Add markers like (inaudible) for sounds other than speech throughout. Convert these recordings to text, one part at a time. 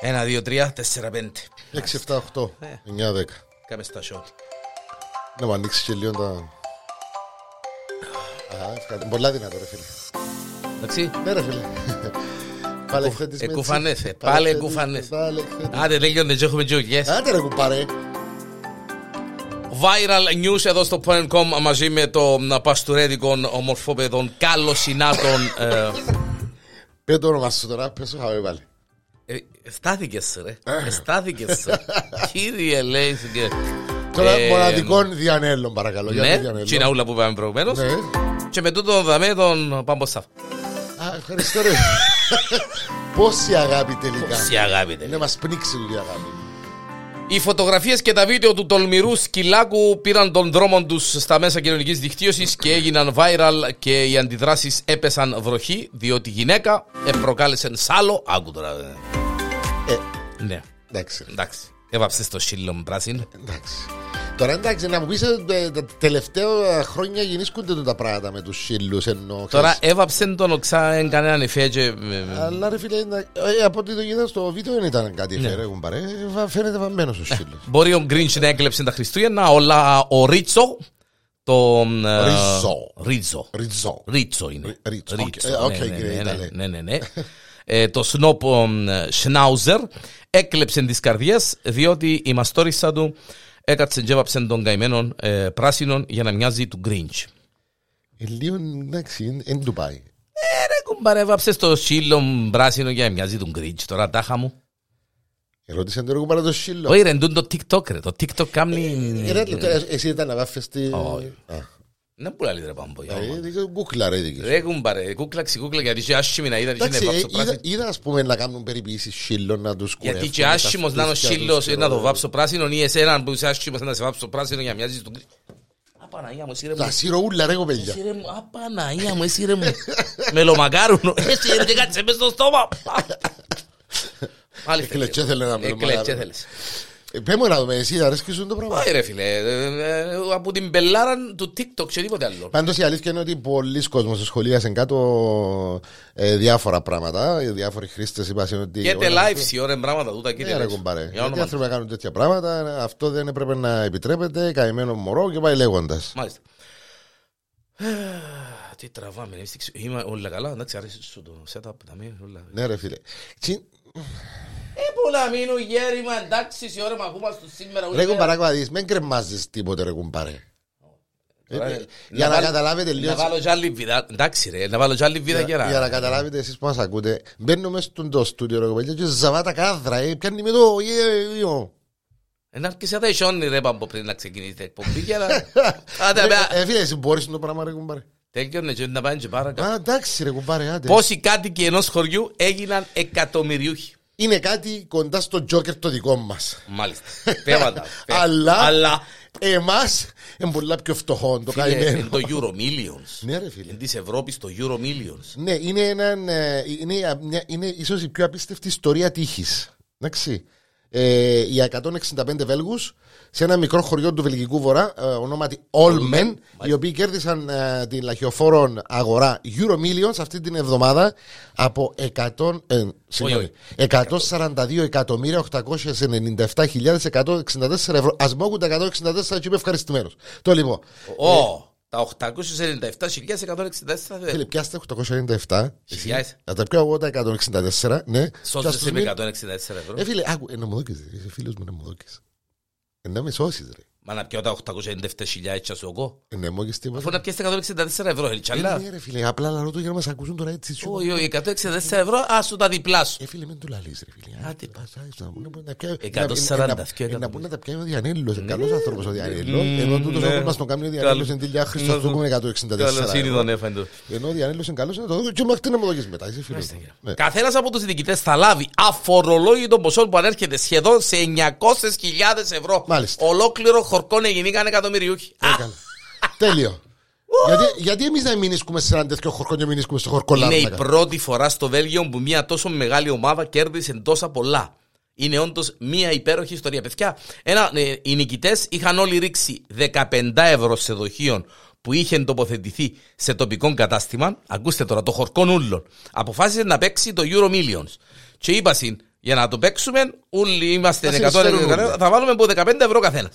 Ένα, δύο, τρία, τέσσερα, πέντε. 6, 7, 8, 9, 10. Κάμε στα short. Να μου ανοίξεις και λίγο τα. Α, ευχαριστώ. Πολλά δυνατό, ρε φίλε. Εντάξει. Ναι, ρε φίλε. Πάλε εκθέτης με εκουφανέθε, έτσι. πάλε εκθέτης, εκουφανέθε. πάλε εκθέτης. Άντε, λέγιον, δεν έχουμε ε. τζογιές. Άντε ρε κουπάρε. Viral news εδώ στο Porn.com μαζί με το παστουρέδικο ομορφόπεδων καλοσυνάτων. ε, Πες το όνομα σου τώρα, πες το χαμέ πάλι. ε, Στάθηκες ρε, Ε. Ε, στάθηκες ρε. (laughs) Κύριε λέει. και- Τώρα Ε, μοναδικών διανέλων παρακαλώ. για το Ναι, διανέλο. τσιναούλα που είπαμε προηγουμένως. Ναι. Και με τούτο δαμέ τον Παμποστάφ. Α, (laughs) ευχαριστώ ρε. Πόση αγάπη τελικά. Σε αγάπη Ναι, τελικά. μας πνίξει λίγο η αγάπη. Οι φωτογραφίες και τα βίντεο του τολμηρού σκυλάκου πήραν τον δρόμο τους στα μέσα κοινωνικής δικτύωσης και έγιναν viral και οι αντιδράσεις έπεσαν βροχή διότι η γυναίκα προκάλεσε σάλο. Άκου τώρα. ε. Ε, Ναι, εντάξει. ρε. εντάξει. Έβαψες το σύλλο πράσινο. Εντάξει. Τώρα εντάξει, να μου πεις ε, τα τελευταία χρόνια γεννήσκονται τα πράγματα με τους σύλλους ενώ. Τώρα ξέρεις. έβαψε τον οξά, εν κανέναν εφέ και, ε, ε, Αλλά ρε φίλε, να- ε, από ό,τι το είδα στο βίντεο δεν ήταν κάτι ναι. φέρε, κουμπάρε. Ε, βα- Φαίνεται βαμμένος ο (laughs) σύλλος. Μπορεί ο Γκρίντσι να έκλεψε τα Χριστούγεννα, όλα ο Ρίτσο. Το. ε, Ριζό. Ρίτσο. Ριζό. Ρίτσο είναι. Ρίτσο, οκ. Ε, οκ, ναι, ναι, κύριε ναι, Ιταλέ. ναι, ναι, ναι. Ε, το σνόπο Σνάουζερ έκλεψε τις καρδιές διότι η μαστόρισα του έκατσε και έβαψε τον καημένο ε, πράσινον για να μοιάζει του Γκρίνч. Ε, Λίγο εντάξει, δεν του πάει. Ε, ρε κουμπάρε, έβαψε το σύλλο πράσινο για να μοιάζει του Γκρίνч. Τώρα τάχα μου. Ερώτησε τον κουμπάρε το σύλλο. Όχι ρε, εντούν το TikTok ρε. Το TikTok κάνει... Ε, ρε, τώρα, Εσύ ήταν να βάφεις τη... Όχι. Α, Να πουλά ρε παμπογιά. ε, δίκιο, Κούκλα ρε δίκιο. Ρε κουμπάρε, κούκλα ξεκούκλα γιατί και άσχημη να ήταν. Εντάξει, είχε να ε, βάψω πράσινο. είδα- είδα ας πούμε να κάνουν περιποιήσεις σύλλων να τους κουρεύουν. Γιατί και τα άσχημος να είναι ο φτούθια σύλλος τους να το και- βάψω πράσινο ή εσέναν που είσαι άσχημος να σε βάψω πράσινο για να μοιάζεις του κρί. Απαναγία μου, εσύ ρε μου. Τα σιροούλα ρε κοπέλια. Εσύ ρε μου, απαναγία μου, εσύ ρε μου. (laughs) Μελομακάρουνο. Εσύ ρε και κάτσε μες στο στόμα. Άλλη θέλεις. Εκλετσέ θέλει να Εκλετσέ θέλεις. Ε, Πέ μου να δούμε, εσύ αρέσκει σου το πράγμα. Όχι ρε φίλε, ε, ε, από την πελάρα του TikTok και τίποτε άλλο. Πάντως η αλήθεια είναι ότι πολλοί κόσμοι σχολίασαν κάτω ε, διάφορα πράγματα. Οι διάφοροι χρήστες είπαν ότι. Και όλα- live σε ώρα πράγματα τούτα κύριε. Ναι, ρε λέξη. κουμπάρε. Για Γιατί όνομα του. άνθρωποι να κάνουν τέτοια πράγματα, ε, αυτό δεν έπρεπε να επιτρέπεται. Καημένο μωρό και πάει λέγοντας. Μάλιστα. Ε, Τι τραβάμε, είστε- είμαι όλα καλά, εντάξει αρέσει σου το setup, τα μη, όλα. Ναι, ρε φίλε. Τσι- Ε, που να μείνω γέρημα, εντάξει, σε ώρα που ακούμαστε σήμερα. Ρε κουμπαράκο, να δεις, μην κρεμάζεις τίποτε, ρε κουμπάρε. Ε, Τώρα, ε, να Για να βάλω- καταλάβετε Να λίγος. βάλω κι άλλη βίδα, εντάξει ρε, να βάλω κι άλλη βίδα Για, για να γερά. καταλάβετε εσείς που μας ακούτε, μπαίνουμε στον το στούντιο ρε κοπέλια και ζαβά τα κάδρα, ε, πιάνει με το ε, ε, ε, Να άρχισε τα ισόνι ρε πάμπο πριν να ξεκινήσει η εκπομπή και (laughs) να... Άντε, Ρε, απέ- Ε, φίλε, εσύ μπορείς το πράγμα, ρε κουμπάρε. Τέλειωνε ναι, και να πάνε και πάρα καλά. Α, εντάξει, ρε κουμπάρε, άντε. Πόσοι κάτοικοι ενός χωριού έγιναν εκατομμυριούχοι. Είναι κάτι κοντά στο τζόκερ το δικό μας. (laughs) Μάλιστα. Θέματα. Θε- Αλλά- Αλλά... Εμάς, είναι πολλά πιο φτωχό το φίλε, Είναι καημένο. το Euro Millions. Ναι, ρε φίλε. Είναι της Ευρώπης το Euro Millions. Ναι, είναι, έναν, ε, είναι, μια, είναι ίσως η πιο απίστευτη ιστορία τύχης. Εντάξει. Ε, οι 165 Βέλγους σε ένα μικρό χωριό του Βελγικού Βορρά, ε, ονόματι Olmen, οι οποίοι κέρδισαν ε, την λαχιοφόρον αγορά Euro Millions αυτή την εβδομάδα από 100, ε, συγγνώμη, όχι. 142.897.164 ευρώ. Ας μου τα 164 και είμαι ευχαριστημένος. Το λοιπόν, Ω, τα 897.164 Φίλε, πιάστε 897. εσύ. Χιλιάδες. Να τα πιάω εγώ τα 164, ναι. Σώζεσαι Πιάστε με μην- 164 ευρώ. Ε, φίλε, άκου, ε, να μου δώκεις, ρε, είσαι φίλος μου, να μου δώκεις. Ε, να με σώσεις, ρε. Μα να πιω τα 897.000 έτσι σου εγώ. Ε, να μου δώκεις Αφού τίποτα. να πιέσαι 164 ευρώ, έτσι Ε, αλλά. ναι, ρε, φίλε, απλά λαλώ το για να μας ακούσουν τώρα έτσι. σου. Όχι, όχι, 164 ευρώ, α σου τα διπλάσου. Ε, φίλε, μην του λαλείς, ρε, φίλε. Άντε, Ας, ας, ας, να μπουν- να πιάει- 140, δυο να- να- να εκατομμύρια. μπουν να τα πιάει ο Διανέλος, ε, καλός άνθρωπος ο Διανέλος. Ενώ τούτος ναι. άνθρωπος μας τον κάνει ο Διανέλος, Καλ- εν τέλει, άχρηστος, Ναι, του έχουμε ναι. 164 ευρώ. έφαντο. Ενώ ο Διανέλος είναι καλός, να το δω και μάχτε να μου δώκεις μετά, είσαι φίλος μου. Ναι. Καθένας από τους διοικητές θα λάβει αφορολόγητο ποσό που ανέρχεται σχεδόν σε 900.000 ευρώ. Μάλιστα. Ολόκληρο χορκόν εγινήκαν εκατομμυριούχοι. Α, Έκανα. Τέλειο. γιατί, γιατί εμείς να μην ίσκουμε σε έναν τέτοιο χορκό και μην ίσκουμε στο χορκό είναι η λάρνακα. πρώτη φορά στο Βέλγιο που μια τόσο μεγάλη ομάδα κέρδισε τόσα πολλά. Είναι όντως μια υπέροχη ιστορία. Παιδιά, ένα, ε, οι νικητές είχαν όλοι ρίξει 15 ευρώ σε δοχείων που είχε τοποθετηθεί σε τοπικό κατάστημα. Ακούστε τώρα, το χορκόν ούλων. Αποφάσισε να παίξει το Euro Millions. Και είπα συν, Για να το παίξουμε, όλοι είμαστε Θα 100 συνεισφέρουμε. θα βάλουμε από 15 ευρώ καθένας.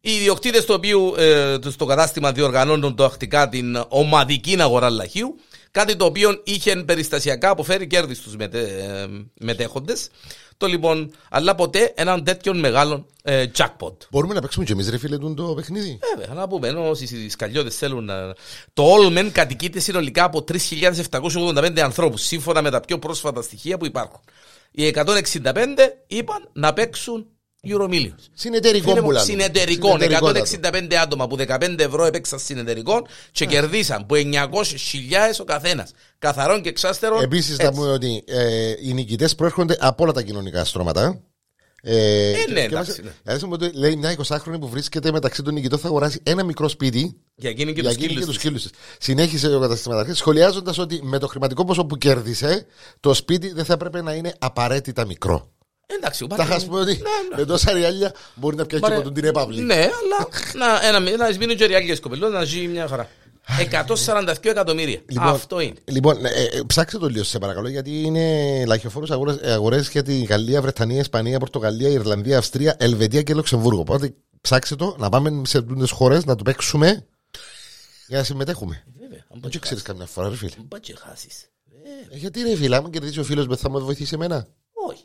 Οι ιδιοκτήτε του οποίου ε, το- στο κατάστημα διοργανώνουν τακτικά την ομαδική αγορά λαχείου, κάτι το οποίο είχε περιστασιακά αποφέρει κέρδη στους μετε, μετέχοντες. Το λοιπόν, αλλά ποτέ έναν τέτοιον μεγάλο ε, jackpot. Μπορούμε να παίξουμε κι εμείς, ρε φίλε, τούτο το παιχνίδι. Βέβαια, να πούμε, ενώ οι σκαλιώτες θέλουν να. Το Όλμεν κατοικείται συνολικά από 3.785 ανθρώπους, σύμφωνα με τα πιο πρόσφατα στοιχεία που υπάρχουν. Οι 165 είπαν να παίξουν Euromillions. Συνεταιρικό μου λάδι. Συνεταιρικών. Συνεταιρικότατο. 165 άτομα που 15 ευρώ έπαιξαν συνεταιρικών και Ε. κερδίσαν που 900.000 ο καθένας. Καθαρών και εξάστερων. Επίσης, έτσι. θα πούμε ότι ε, οι νικητές προέρχονται από όλα τα κοινωνικά στρώματα. Ε, ναι, και- και εντάξει, μας- ναι. αρέσει μου ότι λέει μια 20χρονη που βρίσκεται μεταξύ των νικητών θα αγοράσει ένα μικρό σπίτι Για εκείνη και για τους εκείνη και κύλους. τους σκύλου της. Συνέχισε ο καταστηματάρχη σχολιάζοντας ότι με το χρηματικό ποσό που κέρδισε, το σπίτι δεν θα έπρεπε να είναι απαραίτητα μικρό. Εντάξει, Θα χάσουμε ότι Ναι, ναι. με τόσα ριάλια μπορεί να πιάσει και Μπαρε- από τον την επαύλη. Ναι, αλλά να, ένα, ένα σμήνι και ριάλιες κοπελό να ζει μια χαρά. 142 εκατομμύρια. ναι. Λοιπόν, Αυτό είναι. Λοιπόν, ε, ε, ψάξτε το λίγο σε παρακαλώ, γιατί είναι λαχιοφόρους αγορές για τη Γαλλία, Βρετανία, Ισπανία, Πορτογαλία, Ιρλανδία, Αυστρία, Ελβετία και Λουξεμβούργο. Οπότε ψάξτε το να πάμε σε αυτέ χώρες να το παίξουμε για να συμμετέχουμε. Βέβαια, αν Δεν πάει το ξέρεις καμιά φορά, ρε φίλε. αν πάει και χάσεις. Ε, Ε, Γιατί ρε φίλε, άμα κερδίσει ο φίλος μου, θα μου βοηθήσει εμένα. Όχι.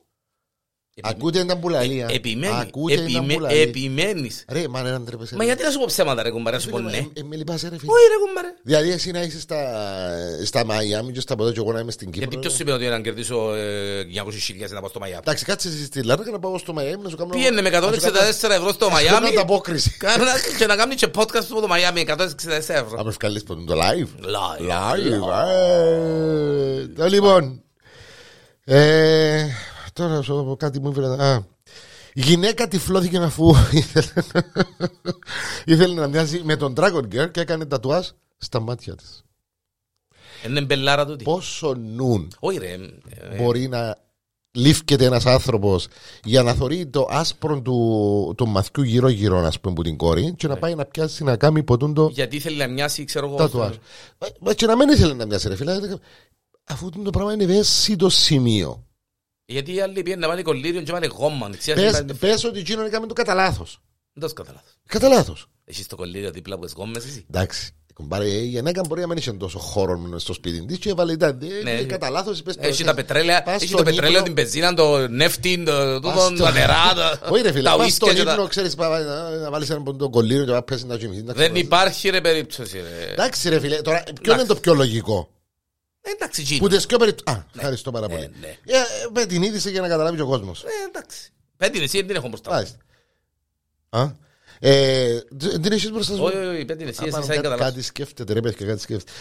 Επιμένει. Ακούτε τα μπουλαλία. Ε, Επιμένει. Ακούτε τα Επιμέ- μπουλαλία. Επιμένεις. Ρε, μα ρε, να ντρέπεσαι. Μα ρε. γιατί να σου πω ψέματα ρε κουμπάρε, σου πω Φίλε, ναι. ε, ε, Με λυπάσαι, ρε φίλε. Όχι ρε κουμπάρε. Δηλαδή, εσύ να είσαι στα- στα Μαϊάμι και στα ποτέ και εγώ να είμαι στην Γιατί Κύπρο. ποιος είπε ότι να κερδίσω ε, 200.000 να πάω στο Μαϊάμι. Εντάξει, κάτσε εσύ στη Λάρνα και να πάω στο Μαϊάμι να σου κάνω. Πήγαινε με 164 ευρώ στο Μαϊάμι. Μαϊάμι Κάνω ανταπόκριση. κάνα- και να κάνει και podcast από το Μαϊάμι 164 ευρώ. Αν με βγάλεις παντού το live. Live. Live. ε. Το λοιπόν. Ε, Τώρα να σου πω κάτι μου ήρθε. Α. Η γυναίκα τυφλώθηκε αφού (laughs) ήθελε, ήθελε να μοιάζει με τον Dragon Girl και έκανε τατουάζ στα μάτια της. Είναι μπελάρα τούτη. Πόσο νουν Όχι ρε. ε, μπορεί να λήφκεται ένας άνθρωπος για να θωρεί το άσπρο του, του μαθιού γύρω-γύρω, να πούμε, που την κόρη Ε. και να πάει να πιάσει να κάνει ποτούν το Γιατί θέλει να μοιάσει, ξέρω εγώ. τατουάζ. Μα- Μα και να μην ήθελε να μοιάσει ρε φίλε. Αφού το πράγμα είναι ευαίσθητο σημείο. Γιατί οι άλλοι πήγαινε να πάνε κολλήριον και πάνε γόμμα. Πες, Ξέρεις, δεν πες ότι εκείνον έκαμε το κατά λάθος. το σου καταλάβω. Κατά λάθος. Έχεις το κολλήριο δίπλα από τις γόμμες εσύ. Εντάξει. Κουμπάρε, η γυναίκα μπορεί να μην είχε τόσο χώρο στο σπίτι της και έβαλε τα Ναι. ε, κατά λάθος. πες το, Έχει ε, τα πετρέλαια, πας έχει το στον πετρέλαιο, Ήπνο. την πεζίνα, το νεύτη, το Πας τούτο, στο- τα νερά, τα- Όχι ρε φίλε, τα πας στον ουίσκια και τα- ύπνο, ξέρεις, πα- πα- να- να βάλεις έναν ποντό κολλήριο και να πέσει να κοιμηθεί. να Δεν ξαπλώσει. υπάρχει ρε περίπτωση ρε. Εντάξει ρε φίλε, τώρα ποιο Εντάξει. είναι το πιο λογικό. Εντάξει, Που γίνει. τις πιο περιπτώσεις... Α, ευχαριστώ πάρα Ναι, πολύ. ναι. Ε, ε, Με την είδηση για να καταλάβει και ο κόσμος. Ε, Εντάξει. Πέντε είναι εσύ, δεν την έχω μπροστά. μου. Μάλιστα. Α. Ε, τ- την έχεις μπροστά σου. Όχι, όχι, όχι, πέντε είναι εσύ, Α, εσύ πάνω, θα κάτι- καταλάβεις. Κάτι σκέφτεται, ρε παιδιά, κάτι σκέφτεται.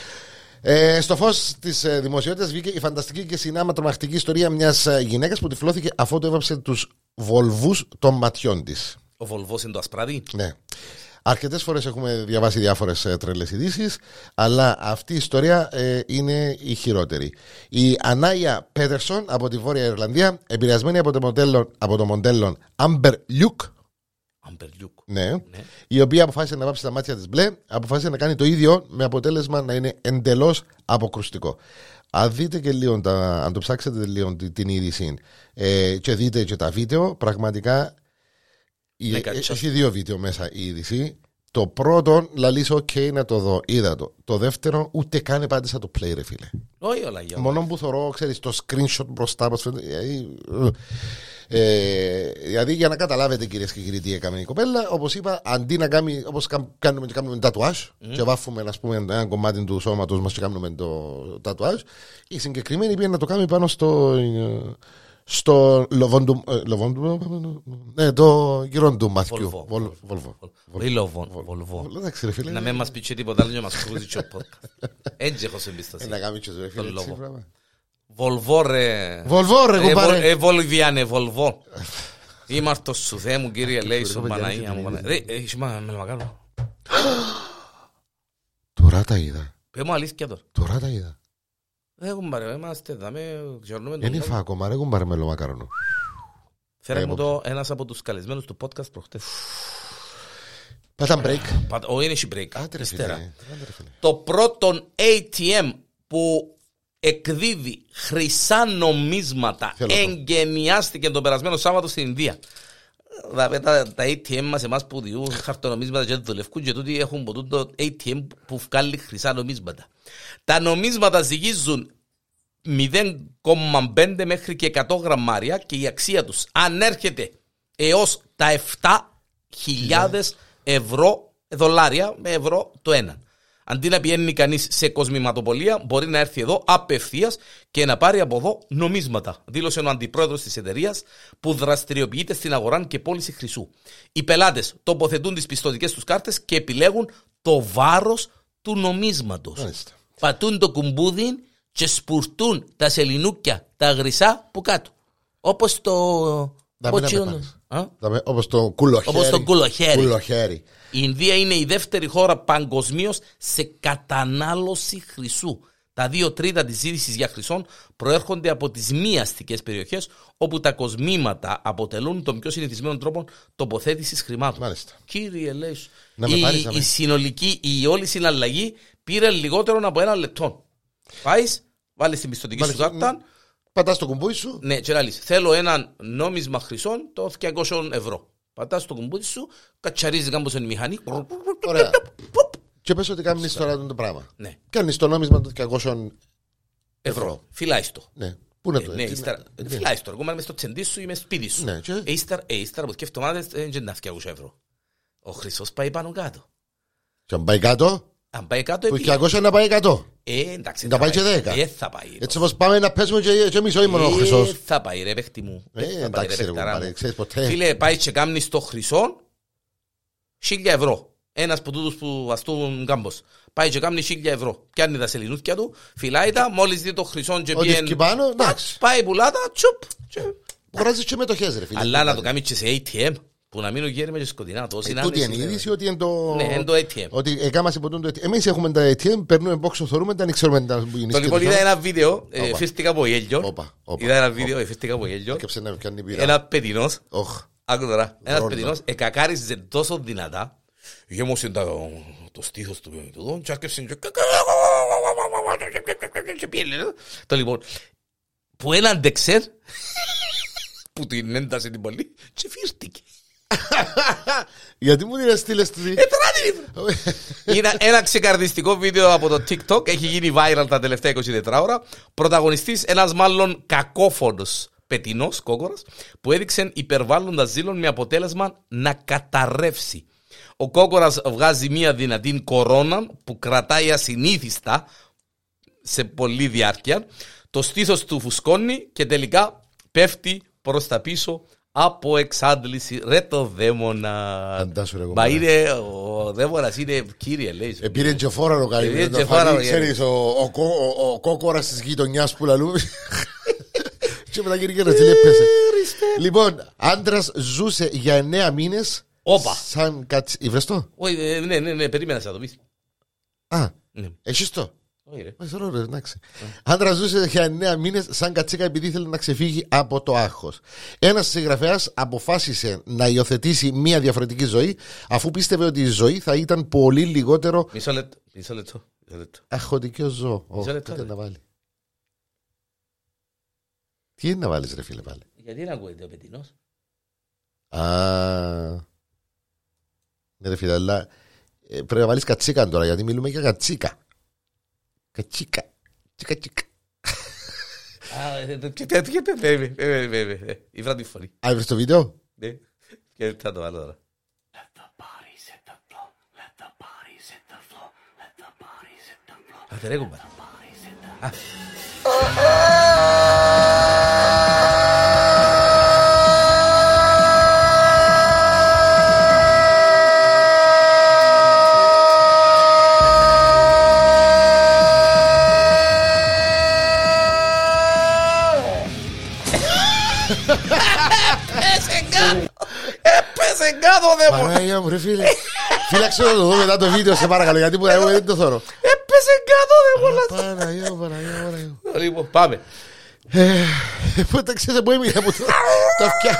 Ε, στο φως της ε, δημοσιότητας βγήκε η φανταστική και συνάμα τρομακτική ιστορία μιας γυναίκας που τυφλώθηκε αφού το έβαψε τους βολβούς των ματιών της. Ο Βολβός είναι το ασπράδι. Ναι. Αρκετές φορές έχουμε διαβάσει διάφορες τρελές ειδήσεις, αλλά αυτή η ιστορία ε, είναι η χειρότερη. Η Ανάια Πέτερσον από τη Βόρεια Ιρλανδία, επηρεασμένη από το μοντέλο, από το μοντέλο Amber Luke, Αμπερλιούκ. ναι, Ναι. η οποία αποφάσισε να βάψει τα μάτια της μπλε, αποφάσισε να κάνει το ίδιο με αποτέλεσμα να είναι εντελώς αποκρουστικό. Αν δείτε και λίγο, τα, αν το ψάξετε λίγο τη- την είδηση ε, και δείτε και τα βίντεο, πραγματικά η- Ναι, ε, κάτσε. έχει δύο βίντεο μέσα η είδηση. Το πρώτο, λαλείς, οκ, να το δω, είδα το. Το δεύτερο, ούτε καν επάντησα το play, ρε φίλε. Όχι όλα για Μόνο που θωρώ, ξέρεις, το screenshot μπροστά μας φαίνεται, δηλαδή, ε, δηλαδή για να καταλάβετε κυρίες και κύριοι τι έκαμε η κοπέλα Όπως είπα, αντί να κάνει, όπως καμ- κάνουμε και κάνουμε τατουάζ Ε. Και βάφουμε ας πούμε, ένα κομμάτι του σώματος μας και κάνουμε το τατουάζ Η συγκεκριμένη πήγε να το κάνει πάνω στο... ε, Στο λοβόντου, ε, λοβόντου, ναι, το γυρόν του Μαθιού. Βολβό. Βολ- Βολβό. Ρίλο Βολβό. Εντάξει ρε φίλε, Να μην μας πει και τίποτα άλλο και να μας κρούζει και ο podcast. (laughs) Έτσι έχω ε, συμπιστασία. να κάνει και ρε φίλε, Τον έτσι λόγο. πράγμα. Βολβό ρε. Βολβό ρε Ε, κουμπάρε. βολ- ε, Βολιβιάνε, (laughs) Βολβό. Είμαστε σου Θεέ μου κύριε Λέισον Παναγία μου. Παναγία. Ρε, έχεις μα- με μακάρο. Τώρα τα είδα. Πες μου αλήθεια τώρα. Τώρα τα είδα. Ρε κουμπάρε, είμαστε δάμε, ξερνούμε τον Δεν κόσμο. έφαγα ακόμα, ρε κουμπάρε με μακαρονό. Φέρε Ε, μου το ένας από τους καλεσμένους του podcast προχτές. Πάτα break. Πατ- Ο είναι break. Άντε ρε φίλε. Αριστερά. άντε ρε φίλε. Το πρώτο ATM που εκδίδει χρυσά νομίσματα. Θέλω το. Εγγενιάστηκε τον περασμένο Σάββατο στην Ινδία. Τα, τα, τα ATM μας εμάς που διούν χαρτονομίσματα και δεν δουλεύουν και τούτοι έχουν από τούτο ATM που βγάλει χρυσά νομίσματα. Τα νομίσματα ζυγίζουν 0,5 μέχρι και 100 γραμμάρια και η αξία τους ανέρχεται έως τα 7.000 ευρώ δολάρια με ευρώ το ένα. Αντί να πηγαίνει κανείς σε κοσμηματοπολία, μπορεί να έρθει εδώ απευθείας και να πάρει από εδώ νομίσματα. Δήλωσε ο αντιπρόεδρος της εταιρείας που δραστηριοποιείται στην αγορά και πώληση χρυσού. Οι πελάτες τοποθετούν τις πιστωτικές τους κάρτες και επιλέγουν το βάρος του νομίσματος Μάλιστα. πατούν το κουμπούδι και σπουρτούν τα σελινούκια, τα γρυσά που κάτω. Όπως το. Να πώς μην τσιούν- απεπάνεις. Α? Όπως το κουλοχέρι. Όπως το κουλοχέρι. Κουλοχέρι. Η Ινδία είναι η δεύτερη χώρα παγκοσμίως σε κατανάλωση χρυσού. Τα δύο τρίτα της ζήτηση για χρυσόν προέρχονται από τις μη αστικές περιοχές, όπου τα κοσμήματα αποτελούν τον πιο συνηθισμένο τρόπο τοποθέτησης χρημάτων. Μάλιστα. Κύριε Λέης, Να με η, πάρεις, να με- η συνολική, η όλη συναλλαγή πήρε λιγότερο από ένα λεπτό. Πάεις, βάλεις την πιστοτική σου Μάλιστα. κάρτα, Πατάς το κουμπούι σου. ναι, και να λύσεις. Θέλω ένα νόμισμα χρυσών το 200 ευρώ. Πατάς το κουμπούτι σου, κατσαρίζει κάμπο η μηχανή. Ωραία. Και πες ότι κάνεις τώρα αυτό το πράγμα. Ναι, Κάνεις το νόμισμα των 200. ευρώ. Φυλάει το. Ναι. Πού να Ε, το Ναι, έτσι, ύστερα. ναι. Φυλάει το. Εγώ είμαι στο τσεντί σου ή με σπίτι σου. Ναι, και- Ε, Ύστερα, ε, ύστερα από σκέφτομαι, μάδες, δεν είναι αυκιά ευρώ. Ο χρυσός πάει πάνω κάτω. Και αν πάει κάτω, Αν πάει κάτω, που επί- 200 να πάει 100. Ε, εντάξει. Να θα πάει και δέκα. Ε, θα πάει. Έτσι όπως πάμε να πέσουμε και, και εμείς, όχι μόνο ο Ε, χρυσός. θα πάει ρε παίχτη μου. Ε, θα πάει, εντάξει, ρε, παιχταρά κουμπάρε, μου. ξέρεις ποτέ. Φίλε, πάει και κάμνεις στο χρυσό χίλια ευρώ. Ένας από τούτους που αστούν κάμπος. Πάει και κάμνει χίλια ευρώ. Πιάνει τα σελινούθια του, φυλάει τα, μόλις δει το χρυσό και Ό,τι πιέν- βγει πάνω, τακ, εντάξει. Πάει πουλά τα, τσουπ. και- Χωράζει και μετοχές, ρε φίλε. Αλλά να το κάνεις και σε ATM που να μείνουν γέρμα και σκοτεινά. Τόση Ε, να Τούτη είναι η σήμερα. είδηση ότι είναι το. Ναι, είναι το ATM. Ότι έκαμα το ATM. Εμείς έχουμε τα ATM, παίρνουμε μπόξο, θεωρούμε, δεν ξέρουμε τι που γίνει. Το λοιπόν είδα ένα βίντεο, ε, Όπα. φύστηκα από γέλιο. Όπα, όπα, Είδα ένα βίντεο, ε, φύστηκα από γέλιο. Και ψένα πιάνει πειρά. Ένα παιδινός Οχ. Άκου τώρα, ένας Ρόλο. παιδινός εκακάριζε τόσο δυνατά Γέμωσε τα- το στίχος του παιδινού και άρχισε και- και πιέλε Το λοιπόν, που έναν τεξέρ (laughs) που την έντασε την πολύ και φύρτηκε Γιατί μου την στείλε τη. Ε, Είδα ένα ξεκαρδιστικό βίντεο από το TikTok, έχει γίνει viral τα τελευταία 24 ώρα. Πρωταγωνιστής ένας μάλλον κακόφωνος πετινός κόκορας που έδειξε υπερβάλλοντας ζήλων με αποτέλεσμα να καταρρεύσει. Ο κόκορας βγάζει μια δυνατή κορώνα που κρατάει ασυνήθιστα σε πολλή διάρκεια. Το στήθος του φουσκώνει και τελικά πέφτει προς τα πίσω από εξάντληση. Ρε το δαίμονα. Φαντάσου, ρε, Μα κομμάτι. είναι ο δαίμονας, είναι κύριε λέει. Επήρε Ε, και φόραρο καλή. Επήρε να το Ε, και φάει, φόραρο, Ξέρεις, ο, ο, κο- ο, ο κόκορας της γειτονιάς που λαλού. και μετά κύριε Κέρα, τι λέει, πέσε. Λοιπόν, άντρας ζούσε για 9 μήνες. Όπα. Σαν κατσί... Ήβρες το. Όχι, ε, ναι, ναι, ναι, περίμενα να το πεις. Α, Ναι. εσείς το. Όχι, ρε. Ε, Θεωρώ, ρε, εντάξει. Άντρα ζούσε για 9 μήνες σαν κατσίκα επειδή ήθελε να ξεφύγει από το άγχος. Ένας συγγραφέας αποφάσισε να υιοθετήσει μια διαφορετική ζωή, αφού πίστευε ότι η ζωή θα ήταν πολύ λιγότερο Μισό λεπτό, μισό λεπτό, μισό λεπτό. Αχωτικό ζώο. Ω, Μισό τι λεπτό, ήταν ρε. να βάλει. Τι είναι να βάλεις, ρε φίλε, πάλι. Γιατί να ακούγεται ο πετινός. Α. Ναι, ρε φίλε, αλλά ε, πρέπει να βάλεις κατσίκα τώρα, γιατί μιλούμε για κατσίκα. Κατσίκα. Τσίκα, τσίκα. Α, ε, ε, και τέτοιο, και τέτοιο, ε, ε, ε, ε, ε, ε, ε, Η βράδυ φωνή. Α, είδες το βίντεο. Ναι. Και θα το βάλω τώρα. Άντε, ρε, κουμπάρε. Α. (laughs) Έπεσε κάτω. Έπεσε κάτω, δε μου. Παράγια μου, ρε φίλε. Φύλαξε το δω μετά το βίντεο, σε παρακαλώ, γιατί που εγώ δεν το θωρώ. Έπεσε κάτω, δε μου. Παναγία μου, Παναγία μου, Παναγία μου. Λοιπόν, πάμε. Πότε ξέρετε που έμεινε από το- τα αυτιά.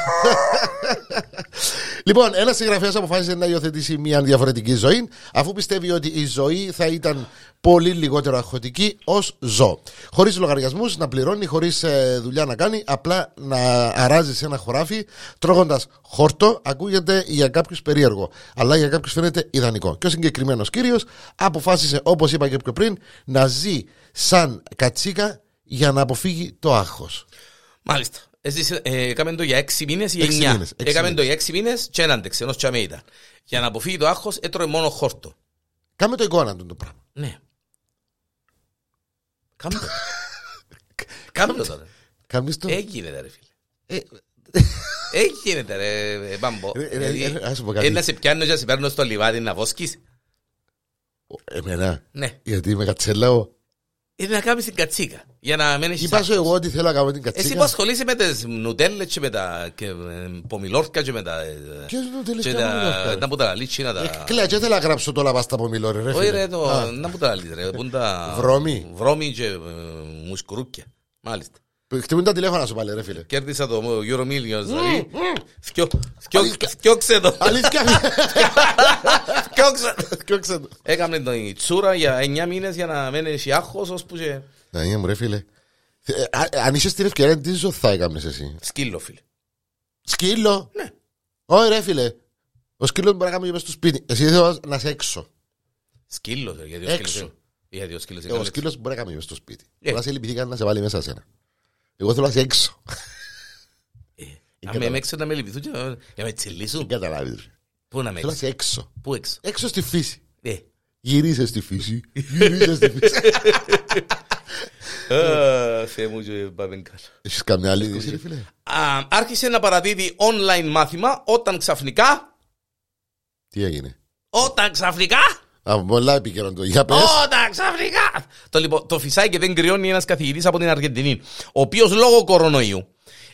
Λοιπόν, ένα συγγραφέα αποφάσισε να υιοθετήσει μια διαφορετική ζωή, αφού πιστεύει ότι η ζωή θα ήταν πολύ λιγότερο αγχωτική ω ζώο. Χωρί λογαριασμού να πληρώνει, χωρί δουλειά να κάνει, απλά να αράζει σε ένα χωράφι τρώγοντα χόρτο, ακούγεται για κάποιου περίεργο, αλλά για κάποιου φαίνεται ιδανικό. Και ο συγκεκριμένο κύριο αποφάσισε, όπω είπα και πιο πριν, να ζει σαν κατσίκα για να αποφύγει το άγχος. Μάλιστα. Εσείς ε, έκαμε το για έξι μήνες ή για Έξι εννιά. μήνες, έξι Έκαμε το μήνες. για έξι μήνες και έναν τεξενός τσάμε ήταν. Για να αποφύγει το άγχος έτρωε μόνο χόρτο. Κάμε το εικόνα του το πράγμα. Ναι. (laughs) Κάμε το. Κάμε το τώρα. Κάμε το. Ε, Έγινε ρε φίλε. Έγινε ρε ε, μπάμπο. Ρε, ρε, Δηλαδή, ρε, ας σου πω κάτι. ε, Να σε πιάνω και να σε παίρνω στο λιβάδι να βοσκείς. Εμένα, Ναι. γιατί είμαι κατσελάω. Ε, να κάνεις την κατσίκα. Για να μην έχεις Είπα σου εγώ ότι θέλω να κάνω την Εσύ που κατσίκα. ασχολείσαι με τις νουτέλες και με τα και, ε, πομιλόρκα και με τα... ε, Ποιος είναι ο και τελευταίο τα- μου Να που τα λαλίτσι να τα... Κλέα, και θέλω να γράψω το λαβάστα από μιλό, ρε. Όχι φίλε. ρε, το, Α, να που τα λαλίτσι ρε, πούν τα... Βρώμη. Βρώμη και ε, μουσκουρούκια. Μάλιστα. Χτυπούν τα τηλέφωνα σου πάλι, ρε φίλε. Κέρδισα το Euro Millions, δηλαδή. Θκιο- θκιο- Θκιόξε (laughs) το. Αλήθεια. θκιόξε (laughs) το. Κιόξε το. Έκαμε την τσούρα για 9 μήνες για να μένεις εσύ άγχος, ώσπου και Ναι, μου, ρε φίλε. Ε, α- Αν είσαι στην ευκαιρία, τι ζω θα έκαμνες εσύ. σκύλο, φίλε. Σκύλο. Ναι. Όχι, ρε φίλε. Ο σκύλος μπορεί να κάνει μέσα στο σπίτι. Εσύ θέλω να είσαι έξω. Σκύλος, ε, ρε, γιατί ο σκύλος Έξω. είναι- γιατί ο σκύλος Ε, είναι Ο καλός. σκύλος μπορεί να κάνει μέσα στο σπίτι. Ε. Μπορεί να σε λυπηθεί κανένα να σε βάλει μέσα σε ένα. Εγώ θέλω να είσαι έξω. Αν με Ε, έξω να με λυπηθούν και να- να με τσιλίσουν. Καταλάβεις. Πού να με Θέλω να έξω. είσαι έξω. Πού έξω. Έξω στη φύση. Ε. Γυρίζε στη φύση. Γυρίζε στη (laughs) φύση. Α, Θεέ μου και πάμε καλά. Έχεις καμιά άλλη είδηση, ρε φίλε. Α, Άρχισε να παραδίδει online μάθημα όταν ξαφνικά, Τι έγινε. όταν ξαφνικά, Από πολλά επικαιρόν το. Για πες. όταν ξαφνικά. Το, λοιπόν, το φυσάει και δεν κρυώνει ένας καθηγητής από την Αργεντινή, ο οποίος λόγω κορονοϊού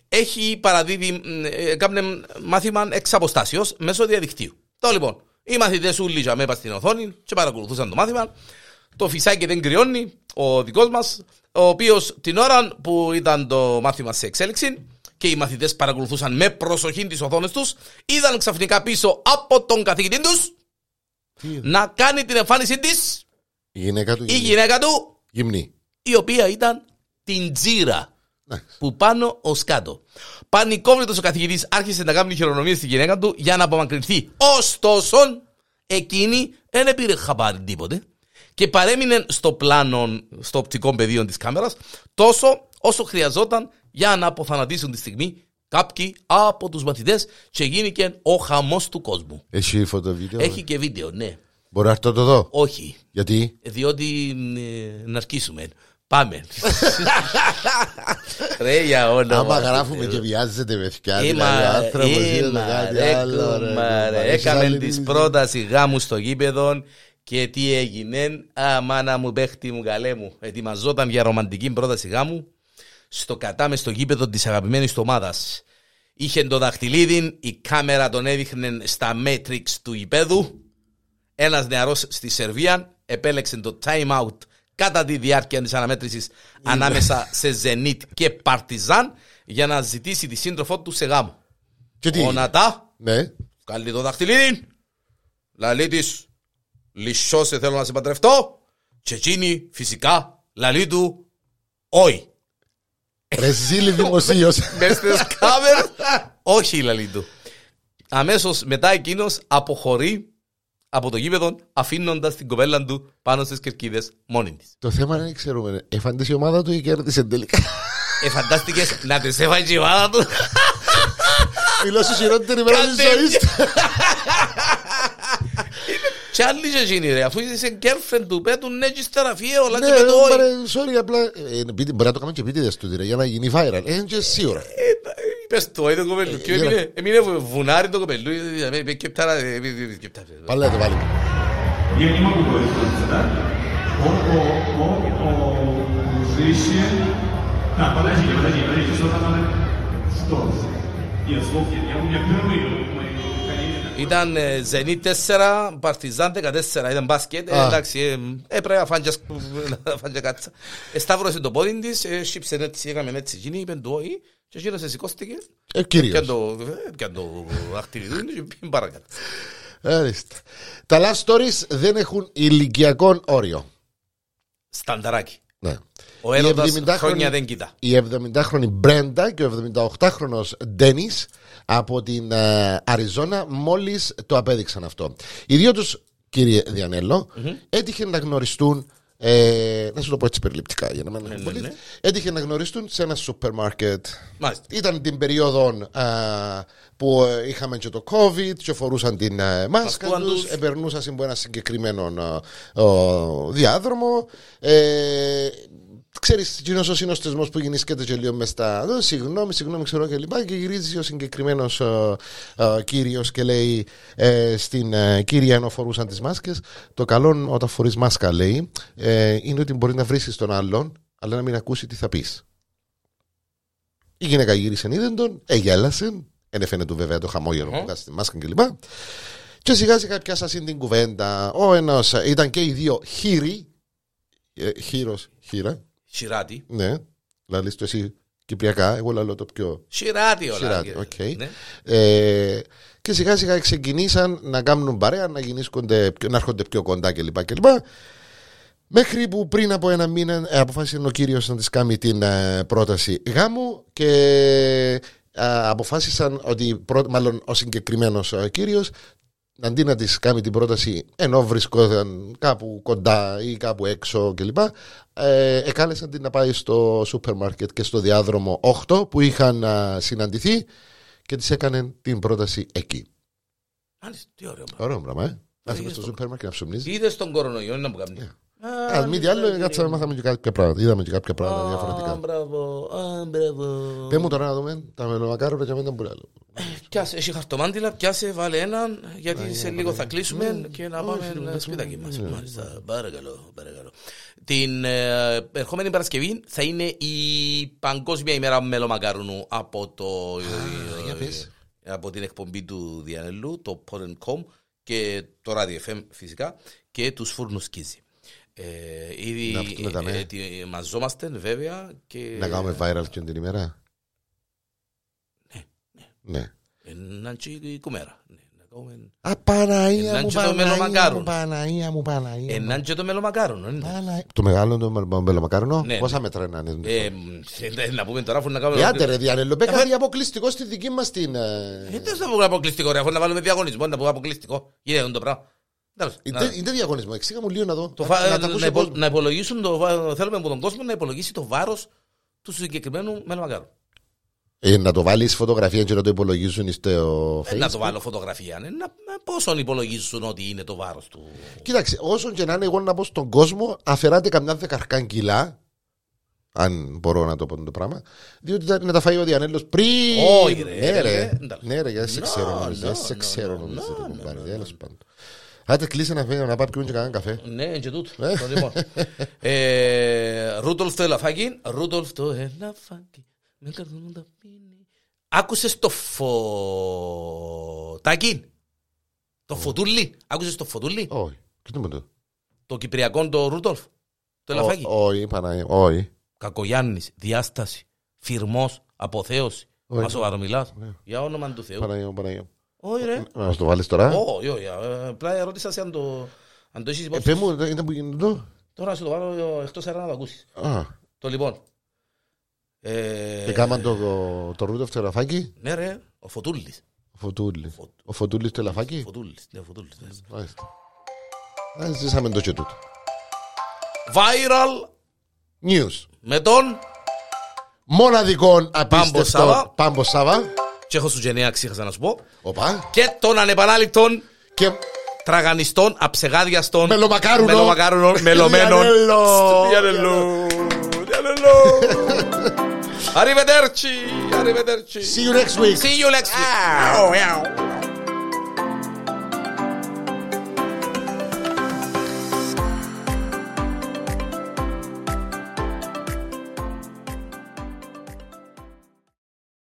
έχει παραδίδει μ, ε, κάμνε μάθημα εξ αποστάσεως μέσω διαδικτύου. Το λοιπόν, οι μαθητές ούλοι για μέπα στην οθόνη και παρακολουθούσαν το μάθημα. Το φυσάει και δεν κρυώνει ο δικός μας, ο οποίος την ώρα που ήταν το μάθημα σε εξέλιξη και οι μαθητές παρακολουθούσαν με προσοχή τις οθόνες τους, είδαν ξαφνικά πίσω από τον καθηγητή τους να κάνει την εμφάνιση της Η γυναίκα του η γυμνή. γυναίκα του, Γυμνή. η οποία ήταν την τζίρα. Εντάξει. Που πάνω ως κάτω. Πανικόβλητος ο καθηγητής άρχισε να κάνει χειρονομίες στη γυναίκα του για να απομακρυνθεί. Ωστόσο, εκείνη δεν πήρε χαμπάρι τίποτε και παρέμεινε στο πλάνο, στο οπτικό πεδίο της κάμερας, τόσο όσο χρειαζόταν για να αποθανατήσουν τη στιγμή κάποιοι από τους μαθητές και γίνηκε ο χαμός του κόσμου. Έχει φωτοβίδεο. Έχει και βίντεο, ναι. Μπορώ να έρθω το δω. Όχι. Γιατί. Διότι ε, να αρκίσουμε. Πάμε. (laughs) ρε για όνομα. Άμα γράφουμε και βιάζεται με θυκιά, δηλαδή ο Είμα, άνθρωπος είναι κάτι άλλο. ρε. είμα, ρε. Έχεις Έκαμε άλλη τη είδηση. πρόταση γάμου στο γήπεδο και τι έγινε. Α, μάνα μου, παίχτη μου, καλέ μου. Ετοιμαζόταν για ρομαντική πρόταση γάμου στο κατάμε στο γήπεδο της αγαπημένης ομάδας. Είχε το δαχτυλίδι, η κάμερα τον έδειχνε στα μέτρηξ του γηπέδου. Ένας νεαρός στη Σερβία επέλεξε το time out κατά τη διάρκεια της αναμέτρησης ανάμεσα σε Ζενίτ και Παρτιζάν για να ζητήσει τη σύντροφό του σε γάμο. Και τι. Ο Νατά, Ναι. καλή το δαχτυλίδι. Λαλή τη, λυσό σε θέλω να σε παντρευτώ. Και εκείνη φυσικά λαλή του, όχι. Ρε ζήλη δημοσίως. (laughs) Μες στις κάμερες. Όχι, λαλή του. Αμέσως μετά εκείνος αποχωρεί από το γήπεδο, αφήνοντας την κοπέλα του πάνω στις κερκίδες μόνη της. Το θέμα είναι, ξέρουμε, εφαντήσει η ομάδα του ή (laughs) κέρδισε τελικά. Ε, φαντάστηκες να της έβαλε η ομάδα του. Μιλώ στη χειρότερη μέρα της Κάντε- ζωής του. Και άλλη και εκείνη, ρε, αφού είσαι girlfriend του πέτου, ναι, και θεραπεία, όλα Ναι, και με το όχι. ρε, ρε, sorry, απλά. ε, πείτε- Μπορεί να το κάνουμε και πείτε του, ρε, για να γίνει viral. Ε, και σίγουρα. Είπες το όχι το κοπέλου, και Ε, έμεινε- γύρω. έμεινε βου- βουνάρι το κοπέλου, ε, ε, ε, και πτάρα, ε, ε, ε, και πτάρα. Πάλι να το βάλουμε. Я не могу говорить просто, да? О, о, о, А, о, жище. Так, подождите, подождите, подождите, что там надо? Что? Нет, слов нет. Я, у меня впервые в моей жизни колено. Ήταν ε, Zenit 4, Παρτιζάν 14, ήταν μπάσκετ. Ε, Α. εντάξει, ε, έπρεπε να φάνε και σκ- να φάνε και κάτσα. Ε, σταύρωσε το πόδι της, ε, σύψε έτσι, έκαμε έτσι, γίνει, είπε του όχι, και γύρωσε, σηκώστηκε. Ε, Και κυρίως. το, ε, και το αχτυριδούν και πήγε παρακάτω. Ε, Ορίστε. Τα last stories δεν έχουν ηλικιακό όριο. Στανταράκι. Ναι. Ο Η έρωτας 70 χρόνια χρόνια- δεν κοιτά. Η 70χρονη Μπρέντα και ο 78χρονος Ντένις από την ε, Αριζόνα μόλις το απέδειξαν αυτό. Οι δύο τους, κύριε Διανέλο, έτυχε να γνωριστούν ε, να σου το πω έτσι περιληπτικά για να μην ναι, πολύ. ναι. Έτυχε να γνωριστούν σε ένα σούπερ μάρκετ. Μάλιστα. Ήταν την περίοδο α, που ε, είχαμε και το COVID και φορούσαν την ε, μάσκα Μασκούαν τους, τους. επερνούσαν από ένα συγκεκριμένο ε, ο, διάδρομο. Ε, ξέρεις, εκείνος ο συνοστισμός που γεννήσκεται και λίγο μες στα... «Ω, Συγγνώμη, συγγνώμη, ξέρω και λοιπά. Και γυρίζει ο συγκεκριμένος ε, ε, κύριος και λέει ε, στην ε, κύρια ενώ φορούσαν τις μάσκες «Το καλό όταν φορείς μάσκα, λέει, ε, είναι ότι μπορεί να βρίσεις τον άλλον, αλλά να μην ακούσει τι θα πεις». Η γυναίκα γύρισε είδεν τον, εγέλασε, ενεφαίνε του βέβαια το χαμόγελο που Μμμ. βγάζει στη μάσκα κλπ. Και σιγά σιγά πιάσασαν την κουβέντα. Ο ένας ήταν και οι δύο χείροι. Ε, Χείρος, χείρα. Σειράτη. Ναι, λαλείς το εσύ κυπριακά. Εγώ λαλώ το πιο Σειράτη όλα. Σειράτη, κύριε. οκ. Ναι. ε, και σιγά σιγά ξεκινήσαν να κάνουν παρέα, να, γεννήσκονται πιο- να έρχονται πιο κοντά κλπ. κλπ. Μέχρι που πριν από ένα μήνα ε, αποφάσισε ο κύριος να της κάνει την ε, πρόταση γάμου και ε, αποφάσισαν ότι πρω- μάλλον ο συγκεκριμένος κύριος αντί να της κάνει την πρόταση ενώ βρισκόταν κάπου κοντά ή κάπου έξω κλπ. Ε, εκάλεσαν την να πάει στο σούπερ μάρκετ και στο διάδρομο 8 που είχαν ε, συναντηθεί και της έκανε την πρόταση εκεί. Μάλιστα, τι ωραίο. μα. Ωραίο πράγμα, ε. Να φύγει είναι στο το- σούπερ μάρκετ να ψωμίζει. Είδες τον κορονοϊό, να μου κάνεις. Α, Αν Ε, μη τι άλλο, κάτσαμε, μάθαμε και κάποια πράγματα. Είδαμε και κάποια πράγματα Α, διαφορετικά. Μπράβο, α, μπράβο. Πες μου τώρα να δούμε τα μελομακάροντα και μετά μπορεί άλλο. Πιάσε, έχει χαρτομάντιλα, πιάσε, βάλε έναν, γιατί σε λίγο θα κλείσουμε και να πάμε Ναι. όχι, να δεν σπιτάκι μας. ναι. Μάλιστα, παρακαλώ, παρακαλώ. Την ε, ερχόμενη Παρασκευή θα είναι η Παγκόσμια ημέρα μελομακαρονού από το... ε, για πες. ε, από την εκπομπή του Διανέλου, το Pod&Com και το Radio FM φυσικά και τους φούρνους Κίζη. Ε, Να ήδη έρθουμε τα μέ. ετοιμαζόμαστε βέβαια και Να κάνουμε viral και την ημέρα. Ναι. έναν τσίκι κουμέρα. Ναι, να κάνουμε- Α, Παναία Έναν μου, και το Παναία μου, μελομακάρον. Παναία μου, Παναία μου. Έναν και το μελομακάρονο. είναι. Πανα- Το μεγάλο το μελο- μελομακάρονο, Ναι, πόσα μέτρα να είναι. Ε, μ, ε, Να πούμε τώρα αφού να κάνουμε. Ε, άντε ρε Διανέλο, πε Αφού- κάτι αποκλειστικό στη δική μας την... ε, Ε, Δεν θα πούμε αποκλειστικό, ρε, αφού να βάλουμε διαγωνισμό, να πούμε αποκλειστικό. Γίνεται το πράγμα. Τέλος, Ε, να- δεν- Είναι διαγωνισμό, εξήγα μου λίγο να δω. το Να- φα- να τα να ακούσει ο υπο- κόσμος. Να υπολογίσουν το βα- Θέλουμε από τον κόσμο να υπολογίσει το βάρος του συγκεκριμένου μελομακάρου. Ε, να το βάλεις φωτογραφία και να το υπολογίζουν στο Ε, Facebook. Να το βάλω φωτογραφία. ναι, να- να- Πόσον υπολογίσουν ότι είναι το βάρος του. Κοίταξε, όσον και να είναι, εγώ να πω στον κόσμο, αφαιράτε καμιά δεκαρκάν κιλά. Αν μπορώ να το πω το πράγμα. Διότι ήταν- να τα φάει ο Διανέλος πριν. Όχι, ρε, ναι, ρε. ρε, εντάξει. Ναι, ρε, γιατί σε No, ξέρω νομίζω. no, Δεν σε no, ξέρω no, νομίζω. no, ρε, no, κουμπάρε, no, τέλος πάντων. Άντε κλείσε να φύγει να πάει πιούν και κανέναν καφέ. Ναι, και τούτο. Το λοιπόν. Ε, Ρούτολφ το ελαφάκι. Ρούτολφ το ελαφάκι. Με καρδούν τα πίνει. Άκουσες το φωτάκι. Το Ναι. φωτούλι. Άκουσες το φωτούλι. Όχι. Κοιτούμε το. Το κυπριακό το Ρούτολφ. Το Ω- ελαφάκι. Όχι, Παναγία. Όχι. Κακογιάννης, διάσταση, φυρμός, αποθέωση. Όχι. Μα σοβαρομιλάς. Ναι. Ε. Για όνομα του Θεού. Παναγία, μου, Παναγία. μου. Όχι ρε. Να μας το βάλεις τώρα. Όχι, όχι. ε, Απλά ερώτησα σε αν το... Αν το έχεις Ε, υπόψη. Πες μου, ήταν που γίνεται το. Τώρα σου το βάλω ε, εκτός αέρα να το ακούσεις. Α, Το λοιπόν. Ε, Έκαναν το, το ρούτο στο ελαφάκι. Ναι, ρε, ο Φωτούλης. Φωτούλη. Ο Φωτούλης στο ελαφάκι. Φωτούλης, ναι, Φωτούλη. Μάλιστα. Α, Ζήσαμε το και τούτο. Viral News. με τον Μοναδικών Σάβα. απίστευτο Πάμπο Σάβα. Τσέχο του Γενέα, ξέχασα να σου πω. Οπα. Και των ανεπανάληπτων Και τραγανιστών, αψεγάδιαστων. Μελομακάρουνο. Μελομακάρουνων, μελωμένων. (laughs) Διανέλο. Διανελού. Διανελού. Arrivederci. Arrivederci. see you next week. See you next week. Ow, ow.